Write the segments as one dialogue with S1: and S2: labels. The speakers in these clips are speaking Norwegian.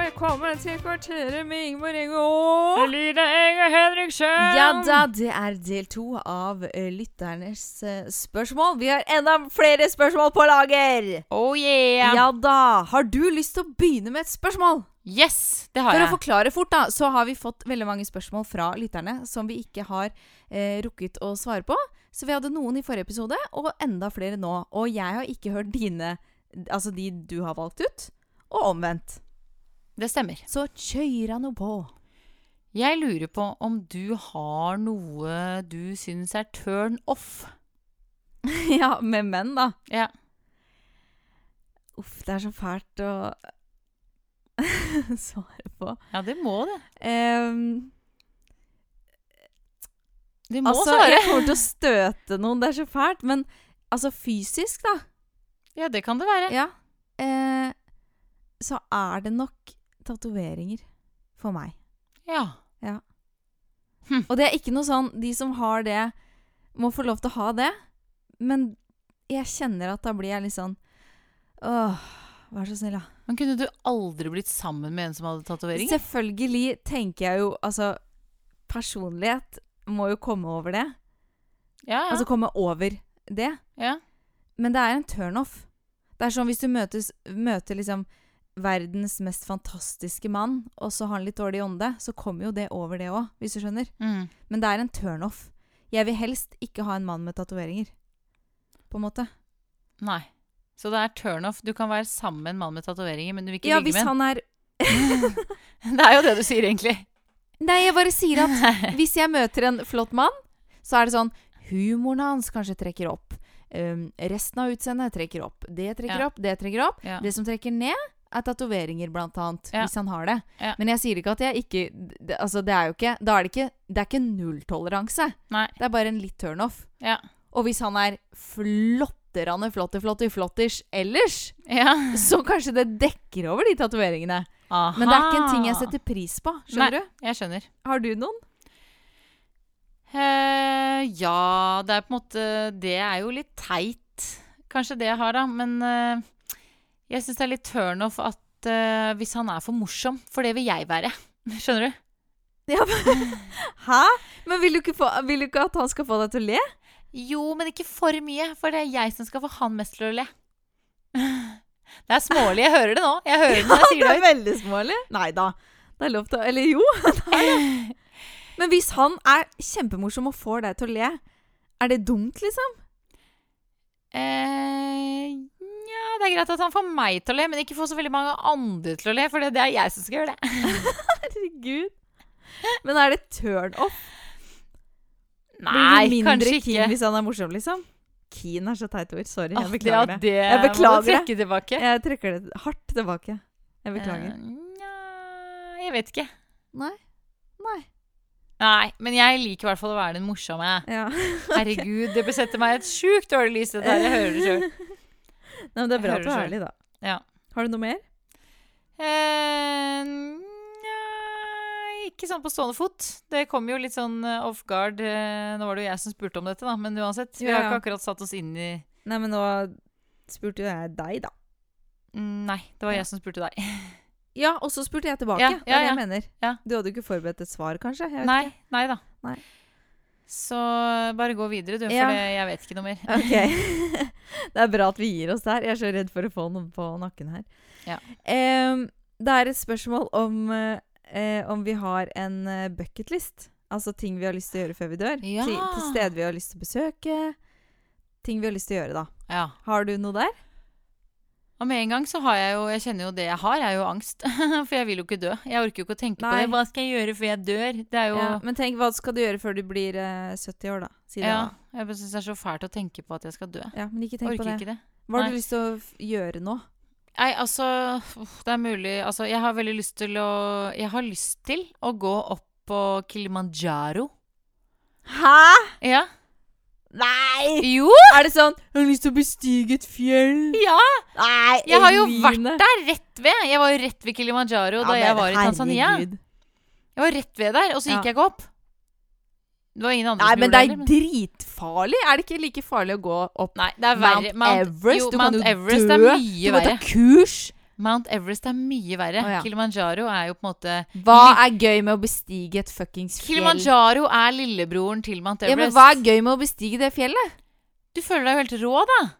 S1: til Kvarteret med Ingeborg Enge og
S2: Elina Enge Henriksen!
S1: Ja da, det er del to av eh, lytternes eh, spørsmål. Vi har enda flere spørsmål på lager!
S2: Oh yeah!
S1: Ja da! Har du lyst til å begynne med et spørsmål?
S2: Yes, det har
S1: For å
S2: jeg.
S1: forklare fort, da, så har vi fått veldig mange spørsmål fra lytterne som vi ikke har eh, rukket å svare på. Så vi hadde noen i forrige episode, og enda flere nå. Og jeg har ikke hørt dine, altså de du har valgt ut, og omvendt.
S2: Det stemmer.
S1: Så kjøra nå på.
S2: Jeg lurer på om du har noe du syns er turn off?
S1: ja, med menn, da.
S2: Ja.
S1: Uff, det er så fælt å svare på.
S2: Ja, det må det.
S1: Ehm,
S2: Du må
S1: altså,
S2: svare.
S1: jeg kommer til å støte noen, det er så fælt. Men altså fysisk, da.
S2: Ja, det kan det være.
S1: Ja. Eh, så er det nok tatoveringer for meg.
S2: Ja.
S1: Og det er ikke noe sånn De som har det, må få lov til å ha det. Men jeg kjenner at da blir jeg litt sånn Åh, vær så snill, da.
S2: Men kunne du aldri blitt sammen med en som hadde tatovering?
S1: Selvfølgelig tenker jeg jo Altså, personlighet må jo komme over det.
S2: Ja, ja.
S1: Altså komme over det.
S2: ja.
S1: Men det er en turnoff. Det er sånn hvis du møtes, møter liksom verdens mest fantastiske mann, og så har han litt dårlig ånde, så kommer jo det over det òg, hvis du skjønner.
S2: Mm.
S1: Men det er en turnoff. Jeg vil helst ikke ha en mann med tatoveringer. På en måte.
S2: Nei. Så det er turn off. Du kan være sammen med en mann med tatoveringer, men du vil ikke
S1: Ja,
S2: ligge
S1: hvis
S2: med
S1: han er
S2: en. Det er jo det du sier, egentlig.
S1: Nei, jeg bare sier at hvis jeg møter en flott mann, så er det sånn Humoren hans kanskje trekker opp. Um, resten av utseendet trekker opp. Det trekker
S2: Ja.
S1: opp, det trekker opp.
S2: Ja.
S1: Det som trekker ned, er tatoveringer, blant annet.
S2: Ja.
S1: Hvis han har det.
S2: Ja.
S1: Men jeg sier ikke at jeg ikke det, Altså, det er jo ikke Da er det ikke Det er ikke nulltoleranse.
S2: Nei.
S1: Det er bare en litt turnoff.
S2: Ja.
S1: Og hvis han er flotterande flotter, flotter, flotters ellers,
S2: ja.
S1: så kanskje det dekker over de tatoveringene.
S2: Aha.
S1: Men det er ikke en
S2: Ah.
S1: ting jeg setter pris på. Skjønner du?
S2: Jeg skjønner.
S1: Har du noen?
S2: Eh, ja, det er på en måte Det er jo litt teit, kanskje det jeg har, da. Men eh, jeg syns det er litt turnoff at eh, hvis han er for morsom, for det vil jeg være. Skjønner du?
S1: Hæ? Men vil du, ikke få, vil du ikke at han skal få deg til å le?
S2: Jo, men ikke for mye, for det er jeg som skal få han mest til å le. Det er smålig. Jeg hører det nå. Jeg hører det når jeg sier det.
S1: veldig smålig. Nei da. Det er lov til å Eller jo. Det er det. Men hvis han er kjempemorsom og får deg til å le, er det dumt, liksom?
S2: Eh, Nja, det er greit at han får meg til å le, men ikke får så veldig mange andre til å le, for det det er jeg som skal gjøre det.
S1: Herregud. Men er det turn off?
S2: Nei,
S1: Blir du mindre
S2: kanskje
S1: keen
S2: ikke.
S1: hvis han er morsom, liksom? Keen er så teit ord. Sorry,
S2: Ah,
S1: jeg beklager
S2: ja,
S1: det.
S2: det.
S1: Jeg beklager
S2: må du trekke tilbake.
S1: Jeg trekker det hardt tilbake. Jeg beklager.
S2: Eh, nja, jeg vet ikke.
S1: Nei.
S2: Eh,
S1: Nei.
S2: Nei, men jeg liker i hvert fall å være den morsomme.
S1: Ja.
S2: Herregud, det besetter meg i et sjukt dårlig lys, dette her. Jeg hører det sjøl.
S1: Nei, men det er bra
S2: Jeg hører
S1: at du er
S2: selv.
S1: ærlig, da.
S2: Ja.
S1: Har du noe mer?
S2: Eh, nja, ikke sånn på stående fot. Det kom jo litt sånn eh, off guard. eh, Nå var det jo jeg som spurte om dette, da, men uansett. Vi
S1: Ja,
S2: har ikke
S1: ja.
S2: akkurat satt oss inn i
S1: Nei, men nå spurte jo jeg deg, da.
S2: Mm, Nei, det var
S1: Ja.
S2: jeg som spurte deg.
S1: Ja, og så spurte jeg tilbake.
S2: Ja,
S1: det er
S2: ja,
S1: det
S2: ja.
S1: jeg mener.
S2: Ja.
S1: Du hadde jo ikke forberedt et svar, kanskje? Jeg vet
S2: Nei, nei da.
S1: Nei.
S2: Så bare gå videre, du, for
S1: Ja.
S2: det, jeg vet ikke noe mer.
S1: Ok. det er bra at vi gir oss der. Jeg er så redd for å få noen på nakken her.
S2: Ja.
S1: Em, det er et spørsmål om, eh, eh, om vi har en eh, bucketlist. Altså ting vi har lyst til å gjøre før vi dør.
S2: Ja.
S1: Til, til steder vi har lyst til å besøke. Ting vi har lyst til å gjøre, da.
S2: Ja.
S1: Har du noe der?
S2: Og med en gang så har jeg jo Jeg kjenner jo det jeg har, er jo angst. For jeg vil jo ikke dø. Jeg orker jo ikke å tenke på
S1: Nei.
S2: det. Hva skal jeg gjøre før jeg dør? Det er jo
S1: Ja,
S2: Ja,
S1: men tenk, hva skal du gjøre før du blir eh, 70 år, da? Si det, da.
S2: jeg bare syns det er så fælt å tenke på at jeg skal dø.
S1: Ja, men ikke tenk
S2: orker
S1: på det.
S2: ikke det.
S1: Hva har
S2: Nei.
S1: du lyst til å f- gjøre nå?
S2: Nei, altså uff, Det er mulig Altså, jeg har veldig lyst til å Jeg har lyst til å gå opp på Kilimanjaro.
S1: Hæ?!
S2: Ja.
S1: Nei!
S2: Jo!
S1: Er det sånn 'Jeg har lyst til å bestige et fjell'?
S2: Ja!
S1: Nei,
S2: Jeg har jo vært
S1: Eline.
S2: der rett ved. Jeg var jo rett ved Kilimanjaro da jeg var i Tanzania. Jeg var rett ved der, og
S1: Ja.
S2: så gikk jeg ikke opp. Det var ingen andre
S1: Nei,
S2: som
S1: men
S2: gjorde
S1: det
S2: heller,
S1: er dritfarlig! Er det ikke like farlig å gå opp
S2: Nei, det er
S1: Mount
S2: verre.
S1: Everest?
S2: jo,
S1: Du kan
S2: Mount
S1: jo
S2: Everest
S1: dø.
S2: er mye
S1: Du må ta
S2: verre.
S1: kurs!
S2: Mount Everest er mye verre.
S1: Å, ja.
S2: Kilimanjaro er jo på en måte
S1: Hva er gøy med å bestige et fuckings fjell?
S2: Kilimanjaro er lillebroren til Mount
S1: Ja, men
S2: Everest.
S1: hva er gøy med å bestige det fjellet?
S2: Du føler deg jo helt rå, da.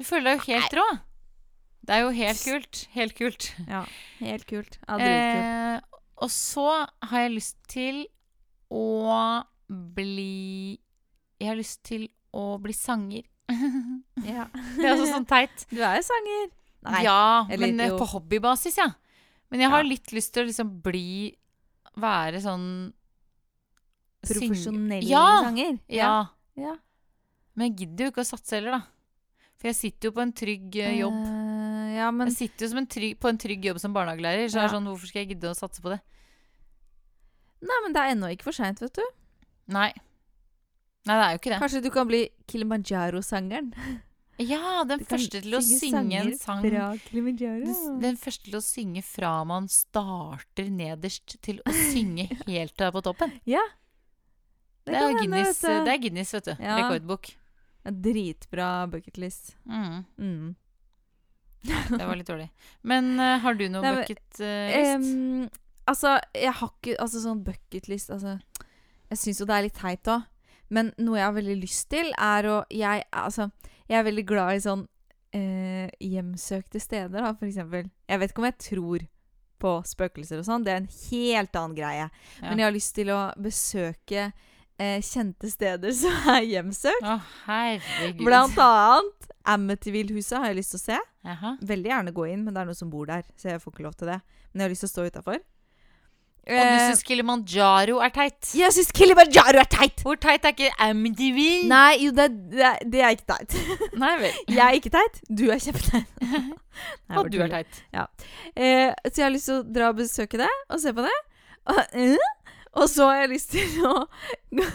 S2: Du føler deg jo helt rå. Det er jo helt kult. Helt kult.
S1: Helt kult. Ja, dritkult.
S2: Eh, og så har jeg lyst til å bli Jeg har lyst til å bli sanger. det
S1: ja.
S2: er altså sånn teit.
S1: Du er jo sanger. Nei.
S2: ja,
S1: eller
S2: men eh,
S1: jo.
S2: på hobbybasis, ja. Men jeg har
S1: Ja.
S2: litt lyst til å liksom bli Være sånn syng-
S1: Profesjonelle
S2: Ja!
S1: sanger.
S2: Ja.
S1: liksom? Ja.
S2: Men jeg gidder jo ikke å satse heller, da. For jeg sitter jo på en trygg eh, jobb.
S1: Eh, ja, men
S2: Jeg sitter jo som en trygg, på en trygg jobb som barnehagelærer, så
S1: Ja.
S2: er det sånn, hvorfor skal jeg gidde å satse på det?
S1: Nei, men det er ennå ikke for seint, vet du.
S2: Nei. Nei, det er jo ikke det.
S1: Kanskje du kan bli Kilimanjaro-sangeren?
S2: Ja, den
S1: Du kan
S2: første til å synge en
S1: sanger
S2: sang
S1: Fra Kilimanjaro.
S2: Den- Den første til å synge fra man starter nederst til å synge helt der på toppen.
S1: Ja.
S2: Det er,
S1: kan
S2: jo
S1: hende, eh,
S2: Guinness, eh,
S1: vet du.
S2: det er Guinness, vet du.
S1: Ja.
S2: Rekordbok.
S1: Ja, Dritbra bucketlist.
S2: Mm,
S1: Mm.
S2: det var litt dårlig. Men eh, har du noe
S1: Nei, men,
S2: bucket eh, list?
S1: Em, altså, jeg har ikke Altså, sånn bucketlist altså, Jeg syns jo det er litt teit òg. Men noe jeg har veldig lyst til, er å Jeg, altså, jeg er veldig glad i sånn eh, hjemsøkte steder, da, for eksempel. Jeg vet ikke om jeg tror på spøkelser og sånn. Det er en helt annen greie.
S2: Ja.
S1: Men jeg har lyst til å besøke eh, kjente steder som er hjemsøkt.
S2: Å, herregud.
S1: Blant annet Amityville-huset har jeg lyst til å se.
S2: Jaha.
S1: Veldig gjerne gå inn, men det er noen som bor der. Så jeg får ikke lov til det. Men jeg har lyst til å stå utafor. Eh,
S2: Og du syns Kilimanjaro er teit?
S1: jeg syns Kilimanjaro er teit!
S2: Hvor teit er ikke Amdivil?
S1: Nei, jo, det, det, er- det er ikke teit.
S2: Nei vel.
S1: Jeg er ikke teit. Du er kjempeteit. Nei,
S2: Og
S1: jeg
S2: du
S1: bare
S2: er teit.
S1: tuller. Eh, så jeg har lyst til å dra og besøke det, og se på det. Og, eh, og så har jeg lyst til å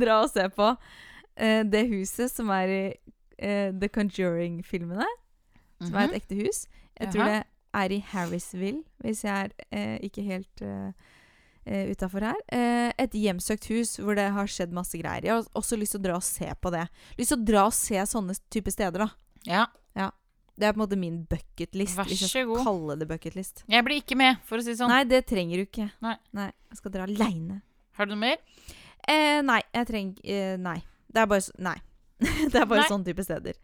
S1: dra og se på eh, det huset som er i eh, The Conjuring-filmene. som er
S2: Mhm.
S1: et ekte hus. Jeg tror
S2: Jaha.
S1: det er i Harrisville, hvis jeg er eh, ikke helt eh, utafor her. Eh, et hjemsøkt hus hvor det har skjedd masse greier. Jeg har også lyst til å dra og se på det. Lyst til å dra og se sånne type steder, da.
S2: Ja.
S1: Det er på en måte min bucketlist.
S2: Vær
S1: Hvis jeg
S2: så god.
S1: skal kalle det bucketlist.
S2: Jeg blir ikke med, for å si det sånn.
S1: liksom. Nei, det trenger du ikke.
S2: Nei.
S1: Jeg skal dra aleine.
S2: Har du noe mer?
S1: Eh, nei, jeg trenger eh, Nei. Det er bare, så- nei. det er bare
S2: Nei.
S1: sånne type steder.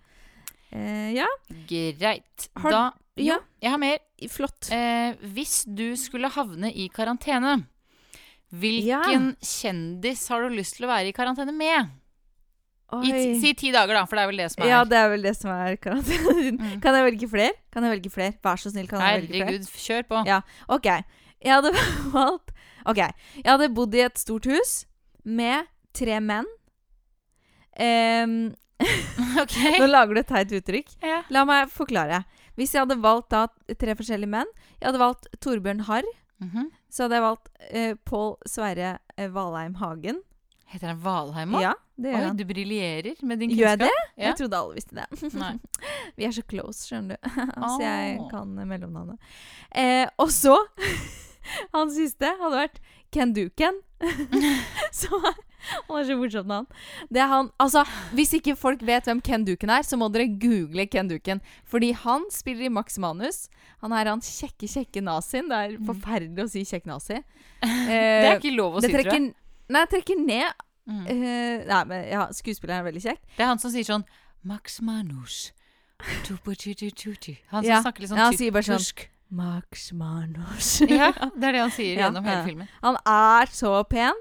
S1: Eh, ja.
S2: Greit.
S1: Har-
S2: Da
S1: ja.
S2: Jeg har mer.
S1: Flott.
S2: Eh, hvis du skulle havne i karantene, hvilken kjendis har du lyst til å være i karantene med? I ti,
S1: Oi.
S2: si ti dager, da, for det er vel det som er
S1: Ja, det er vel det som er karantenen.
S2: Mm.
S1: Kan jeg velge flere? Kan jeg velge flere? Vær så snill, kan jeg velge flere?
S2: Herregud, kjør på.
S1: Ja. Ok, jeg hadde valgt Ok, jeg hadde bodd i et stort hus med tre menn. Ehm,
S2: Ok.
S1: nå lager du et teit uttrykk.
S2: Ja.
S1: La meg forklare. Hvis jeg hadde valgt da tre forskjellige menn Jeg hadde valgt Torbjørn Harr.
S2: Mhm.
S1: Så hadde jeg valgt eh, Pål Sverre eh, Valheim Hagen.
S2: Heter han Valheim òg?
S1: Ja, det gjør
S2: Oi,
S1: han.
S2: du briljerer med din
S1: Gjør jeg
S2: kunnskap. Ja.
S1: Jeg trodde alle visste det.
S2: Nei.
S1: Vi er så close, skjønner du. så jeg
S2: Åh.
S1: kan mellomnavnet. Eh, og så Han siste hadde vært Ken Duken. så han har så morsomt navn. Det er han Altså, hvis ikke folk vet hvem Ken Duken er, så må dere google Ken Duken. Fordi han spiller i Max Manus. Han er han kjekke, kjekke nazien. Det er forferdelig å si kjekk nazi.
S2: Det Mm. er
S1: Eh,
S2: ikke lov å si,
S1: det
S2: tror jeg.
S1: trekker Nei, jeg trekker ned
S2: Mhm.
S1: eh, Nei, men ja, skuespilleren er veldig kjekk.
S2: Det er han som sier sånn Max Manus. Tupu-tutu-tutu. Han som
S1: Ja.
S2: snakker litt
S1: Ja,
S2: sånn
S1: han sier bare sånn-
S2: tysk.
S1: Max Manus.
S2: Ja, det er det han sier
S1: Ja,
S2: gjennom hele
S1: ja.
S2: filmen.
S1: Han er så pen.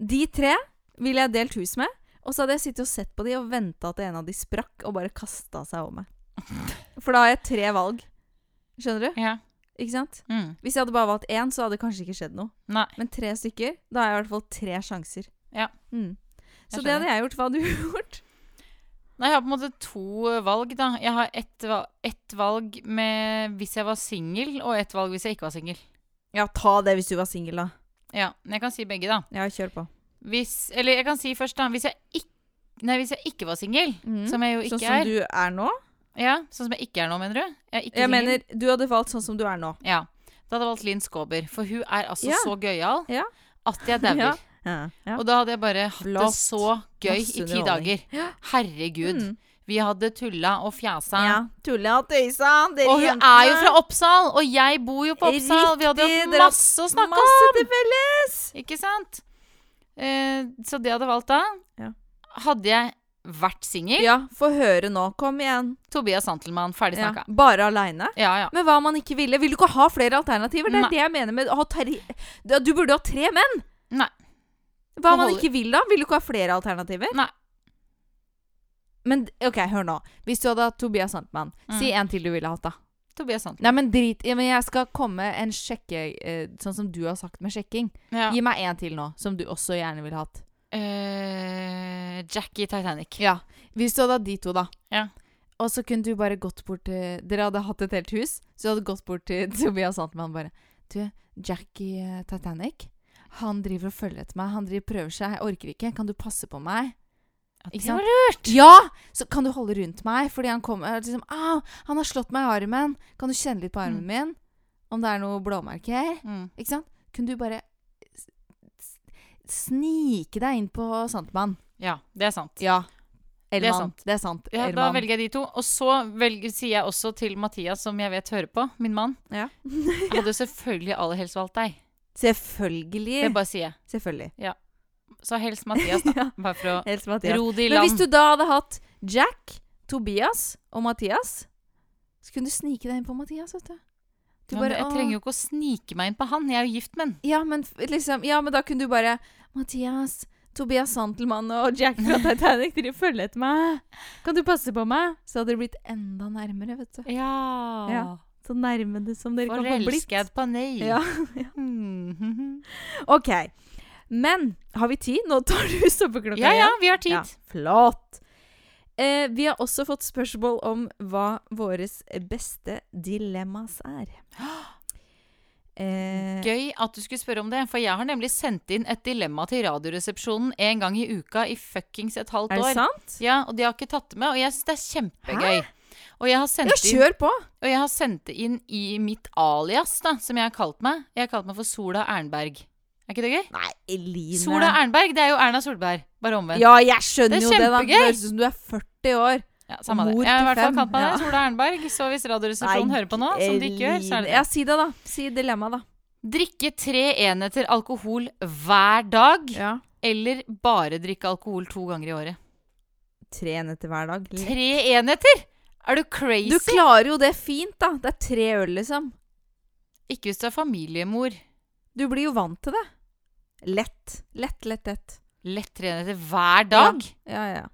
S1: De tre ville jeg delt hus med. Og så hadde jeg sittet og sett på de og venta at en av de sprakk og bare kasta seg over meg. For da har jeg tre valg. Skjønner du?
S2: Ja.
S1: Ikke sant?
S2: Mm.
S1: Hvis jeg hadde bare valgt én, så hadde det kanskje ikke skjedd noe.
S2: Nei.
S1: Men tre stykker, da har jeg i hvert fall tre sjanser.
S2: Ja.
S1: Mm. Så
S2: Jeg
S1: det hadde jeg gjort. Hva hadde du gjort?
S2: Nei, jeg har på en måte to eh, valg, da. Jeg har ett valg, ett valg med hvis jeg var singel, og ett valg hvis jeg ikke var singel.
S1: Ja, ta det hvis du var singel, da.
S2: Ja, men jeg kan si begge, da.
S1: Ja, kjør på.
S2: Hvis Eller jeg kan si først, da. Hvis jeg ikke, nei, hvis jeg ikke var singel,
S1: Mm.
S2: som jeg jo ikke
S1: sånn som
S2: er
S1: du er nå?
S2: Ja, Sånn som jeg ikke er nå, mener du? Jeg, er ikke
S1: Jeg
S2: singel.
S1: mener, du hadde valgt sånn som du er nå.
S2: Ja. Da hadde jeg valgt Linn Skåber, for hun er altså
S1: Ja.
S2: så gøyal
S1: Ja.
S2: at jeg dauer.
S1: Ja. Ja.
S2: Og da hadde jeg bare hatt
S1: Flott.
S2: det så gøy
S1: Masse
S2: i ti
S1: underholdning.
S2: dager. Herregud.
S1: Mm.
S2: Vi hadde tulla og fjasa.
S1: Ja, tulla og tøysa. Dere
S2: Og hun er jo fra Oppsal, og jeg bor jo på Oppsal. Vi hadde
S1: Riktig,
S2: hatt
S1: dere har
S2: masse å snakke om,
S1: Masse til felles!
S2: ikke sant? Eh, så det jeg hadde valgt da.
S1: Ja.
S2: Hadde jeg vært singel,
S1: Ja, få høre nå. Kom igjen.
S2: Tobias Santelmann, ferdig
S1: Ja.
S2: snakka.
S1: Bare aleine?
S2: Ja, ja.
S1: Men hva om han ikke ville? Vil du ikke ha flere alternativer? Det er
S2: Nei.
S1: det jeg mener med å ha terri... Du- Du burde ha tre menn!
S2: Nei.
S1: Hva om han
S2: holder-
S1: ikke vil, da? Vil du ikke ha flere alternativer?
S2: Nei.
S1: Men OK, hør nå. Hvis du hadde hatt Tobias Sandtmann,
S2: Mm.
S1: si en til du ville hatt, da.
S2: Tobias Santelmann.
S1: Nei, men drit ja, men Jeg skal komme en sjekke... Eh, sånn som du har sagt med sjekking.
S2: Ja.
S1: Gi meg en til nå, som du også gjerne ville hatt.
S2: Eh, Jack i Titanic.
S1: Ja. Hvis du hadde hatt de to, da.
S2: Ja.
S1: Og så kunne du bare gått bort til Dere hadde hatt et helt hus, så du hadde gått bort til Tobias Sandtmann bare Du, Jack i eh, Titanic, han driver og følger etter meg. Han driver og prøver seg. Jeg orker ikke. Kan du passe på meg?
S2: Ja,
S1: Ikke
S2: det
S1: sant?
S2: var lurt.
S1: Ja! Så kan du holde rundt meg, fordi han kommer liksom Au, han har slått meg i armen. Kan du kjenne litt på armen
S2: Mm.
S1: min? Om det er noe blåmerke her?
S2: Mm.
S1: Ikke sant? Kunne du bare s- s- snike deg inn på Sandmann?
S2: Ja, det er sant.
S1: Ja.
S2: er
S1: Elman.
S2: sant.
S1: Det er sant.
S2: Ja, da velger jeg de to. Og så velger, sier jeg også til Mathias, som jeg vet hører på, min mann
S1: Ja.
S2: Jeg hadde jo selvfølgelig aller helst valgt deg. Det
S1: Selvfølgelig.
S2: bare sier jeg.
S1: Selvfølgelig.
S2: Så helst Mathias, da.
S1: Ja.
S2: Bare for å
S1: Helst Mathias.
S2: ro det i
S1: Men hvis
S2: land.
S1: du da hadde hatt Jack, Tobias og Mathias, så kunne du snike deg inn på Mathias, vet du. du
S2: Ja, men jeg trenger jo ikke å snike meg inn på han. Jeg er jo gift med han.
S1: Ja, men f- liksom Ja, men da kunne du bare Mathias, Tobias Santelmann og Jack fra Titanic driver og følger etter meg. Kan du passe på meg? Så hadde det blitt enda nærmere, vet du.
S2: Ja.
S1: Ja, Så nærme det som dere kan få blitt.
S2: Forelsket på nei.
S1: Ja.
S2: Mhm.
S1: OK. Men har vi tid? Nå tar du stoppeklokka
S2: ja, ja,
S1: igjen.
S2: vi har tid.
S1: Ja, flott. Eh, vi har også fått spørsmål om hva våres beste dilemmas er. Eh,
S2: Gøy at du skulle spørre om det, for jeg har nemlig sendt inn et dilemma til Radioresepsjonen en gang i uka i fuckings et halvt
S1: er det
S2: år.
S1: sant?
S2: Ja, og de har ikke tatt det med, og jeg syns det er kjempegøy. Og jeg, har
S1: Ja,
S2: sendt inn,
S1: kjør på!
S2: og jeg har sendt det inn i mitt alias, da, som jeg har kalt meg. Jeg har kalt meg for Sola Ernberg. Er ikke det gøy?
S1: Nei, Eline.
S2: Sola Ernberg, det er jo Erna Solberg, bare omvendt.
S1: Ja, jeg skjønner
S2: Det er
S1: jo det, da. Det
S2: kjempegøy.
S1: høres ut som du er 40 år.
S2: Ja, samme det.
S1: Mor
S2: Jeg har i
S1: til
S2: hvert fall
S1: fem,
S2: kalt meg det.
S1: ja.
S2: Sola Ernberg. Så hvis Radioresepsjonen sånn hører på nå, som de ikke gjør, så er det
S1: Ja,
S2: det.
S1: si det, da. Si dilemmaet, da.
S2: Drikke tre enheter alkohol hver dag,
S1: Ja.
S2: eller bare drikke alkohol to ganger i året.
S1: Tre enheter hver dag.
S2: Tre enheter! Er du crazy?
S1: Du klarer jo det fint, da. Det er tre øl, liksom.
S2: ikke hvis du er familiemor.
S1: Du blir jo vant til det. Lett. Lett, lett, lett.
S2: Lett tre enheter hver dag?
S1: Ja, ja.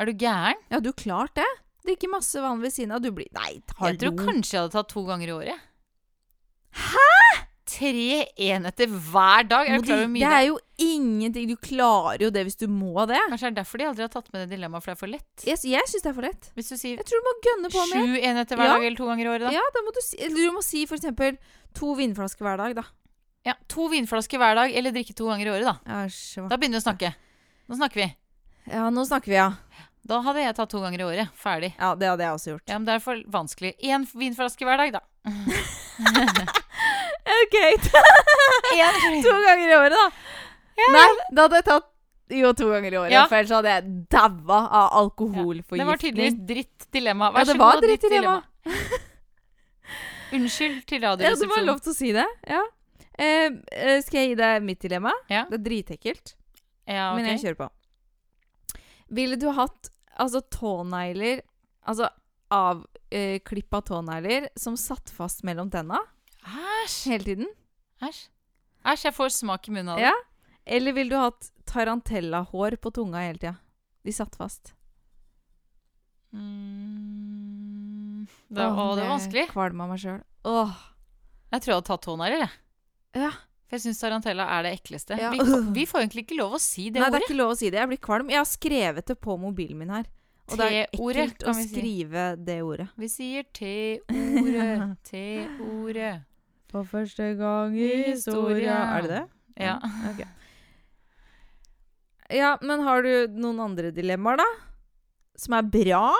S2: Er du gæren?
S1: Ja, du klart det. Drikker masse vann ved siden av. Du blir Nei, hallo.
S2: Jeg tror kanskje jeg hadde tatt to ganger i året. Hæ?! Tre enheter hver dag? Er
S1: Må
S2: du klar over hvor
S1: du-
S2: mye
S1: Det
S2: det
S1: er jo ingenting. Du klarer jo det hvis du må det.
S2: Kanskje det er derfor de aldri har tatt med det dilemmaet, for det er for lett.
S1: Jeg, jeg syns det er for lett.
S2: Hvis du sier
S1: Jeg tror du må gønne på mer.
S2: sju enheter hver
S1: Ja.
S2: dag eller to ganger i året, da.
S1: Ja, da må du si Eller du må si for eksempel to vinflasker hver dag, da.
S2: Ja, To vinflasker hver dag, eller drikke to ganger i året, da.
S1: Æsj. hva-
S2: Da begynner vi å snakke. Nå snakker vi.
S1: Ja, nå snakker vi, ja.
S2: Da hadde jeg tatt to ganger i året. Ferdig.
S1: Ja, det hadde jeg også gjort.
S2: Ja, men det er for vanskelig. Én vinflaske hver dag, da.
S1: OK,
S2: Én
S1: to ganger i året, da. Nei, da hadde jeg tatt jo to ganger i året.
S2: Ja.
S1: For ellers hadde jeg daua av alkoholforgiftning.
S2: Det var tydeligvis dritt dilemma. Vær
S1: Ja, det
S2: så
S1: var
S2: god, ditt
S1: dritt dilemma.
S2: Unnskyld til
S1: Ja, det var
S2: Radioresepsjonen.
S1: lov til å si det. Ja. Eh, eh, skal jeg gi deg mitt dilemma?
S2: Ja.
S1: Det er dritekkelt,
S2: Ja, ok.
S1: men jeg kjører på. Ville du hatt altså tånegler Altså avklippa tånegler som satt fast mellom tenna
S2: Æsj.
S1: hele tiden?
S2: Æsj. Æsj, jeg får smak i munnen av det.
S1: Ja. Eller ville du hatt tarantellahår på tunga hele tida? De satt fast.
S2: Mm, det, å, det var vanskelig.
S1: Kvalma meg sjøl. Åh.
S2: Jeg tror jeg hadde tatt tånegler, jeg.
S1: Ja.
S2: For jeg syns tarantella er det ekleste.
S1: Ja.
S2: Vi, vi får egentlig ikke lov å si det
S1: Nei, det
S2: ordet.
S1: er ikke lov å si det. Jeg blir kvalm. Jeg har skrevet det på mobilen min her. Og det er
S2: T-ordet,
S1: ekkelt å
S2: kan vi si.
S1: skrive det ordet.
S2: Vi sier T-ordet, T-ordet.
S1: For første gang
S2: i historia.
S1: Er det det?
S2: Ja.
S1: Ok. Ja, men har du noen andre dilemmaer, da? Som er bra?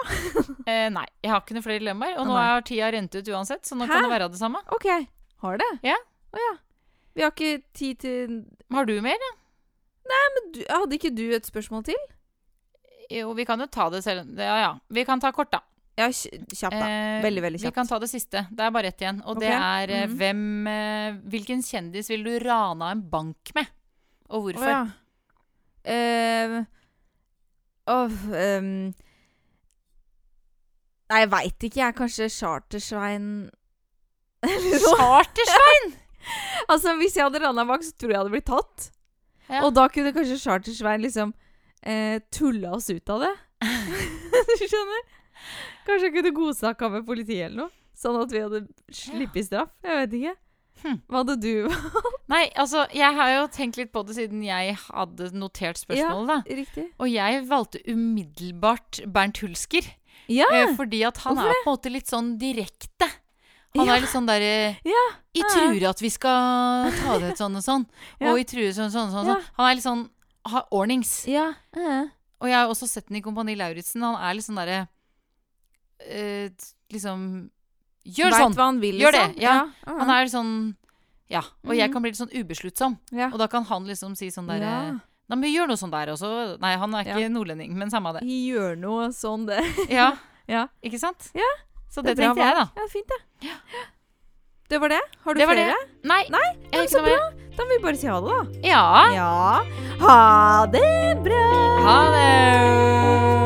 S2: Eh, nei, jeg har ikke noen flere dilemmaer. Og
S1: Å,
S2: nå
S1: nei.
S2: er tida rent ut uansett, så nå
S1: Hæ?
S2: kan det være det samme.
S1: OK. Har det?
S2: Ja.
S1: Å ja. Vi har ikke tid til
S2: Har du mer?
S1: Men du, Hadde ikke du et spørsmål til?
S2: Jo, vi kan jo ta det selv. Ja, ja. Vi kan ta kort, da.
S1: Ja, kj- kjapt, da.
S2: Eh,
S1: Veldig, veldig
S2: Vi
S1: kjapt.
S2: kan ta det siste. Det er bare ett igjen. Og det
S1: Ok.
S2: er eh,
S1: Mhm.
S2: hvem eh, Hvilken kjendis vil du rana en bank med? Og hvorfor?
S1: Å, ja. Eh, åh, ehm. Nei, jeg veit ikke. Jeg er kanskje Chartersvein eller noe.
S2: Chartersveien!
S1: Altså, Hvis jeg hadde rana bak, så tror jeg jeg hadde blitt tatt.
S2: Ja.
S1: Og da kunne kanskje Chartersvein liksom eh, tulla oss ut av det. du skjønner? Kanskje jeg kunne godsnakka med politiet eller noe. Sånn at vi hadde sluppet straff. Jeg vet ikke.
S2: Hm.
S1: Hva hadde du
S2: Nei, altså, jeg har jo tenkt litt på det siden jeg hadde notert spørsmålet, da.
S1: Riktig.
S2: Og jeg valgte umiddelbart Bernt Hulsker.
S1: Ja!
S2: eh, Fordi at han
S1: Ah, Hvorfor
S2: er på en måte litt sånn direkte. Han
S1: Ja.
S2: er litt sånn derre
S1: Ja.
S2: I truer at vi skal ta det sånn og sånn.
S1: Ja.
S2: Og i truer sånn sånn sånn.
S1: Ja.
S2: sånn. Han er litt sånn har ordnings.
S1: ja. eh.
S2: Og jeg har også sett den i Kompani Lauritzen. Han er litt sånn derre eh, Liksom Gjør
S1: Vet
S2: sånn!
S1: hva han vil,
S2: Gjør
S1: liksom.
S2: det, ja.
S1: Ja.
S2: Han er sånn Ja. Og jeg
S1: Mhm.
S2: kan bli litt sånn ubesluttsom.
S1: ja.
S2: Og da kan han liksom si sånn derre
S1: Ja.
S2: Nei, men gjør noe sånn der også. Nei, han er ikke nordlending, men samme av det.
S1: Gjør noe sånn, det.
S2: Ja,
S1: Ja.
S2: ikke sant?
S1: Ja.
S2: Så det,
S1: Det er bra
S2: tenkte jeg, da.
S1: Ja, fint, det. Det var det. Har du
S2: Det var
S1: flere?
S2: Nei,
S1: Nei,
S2: jeg har
S1: men
S2: ikke
S1: så
S2: noe mer.
S1: Da må vi bare si ha det, da.
S2: Ja,
S1: Ja. Ha det bra!
S2: ha det!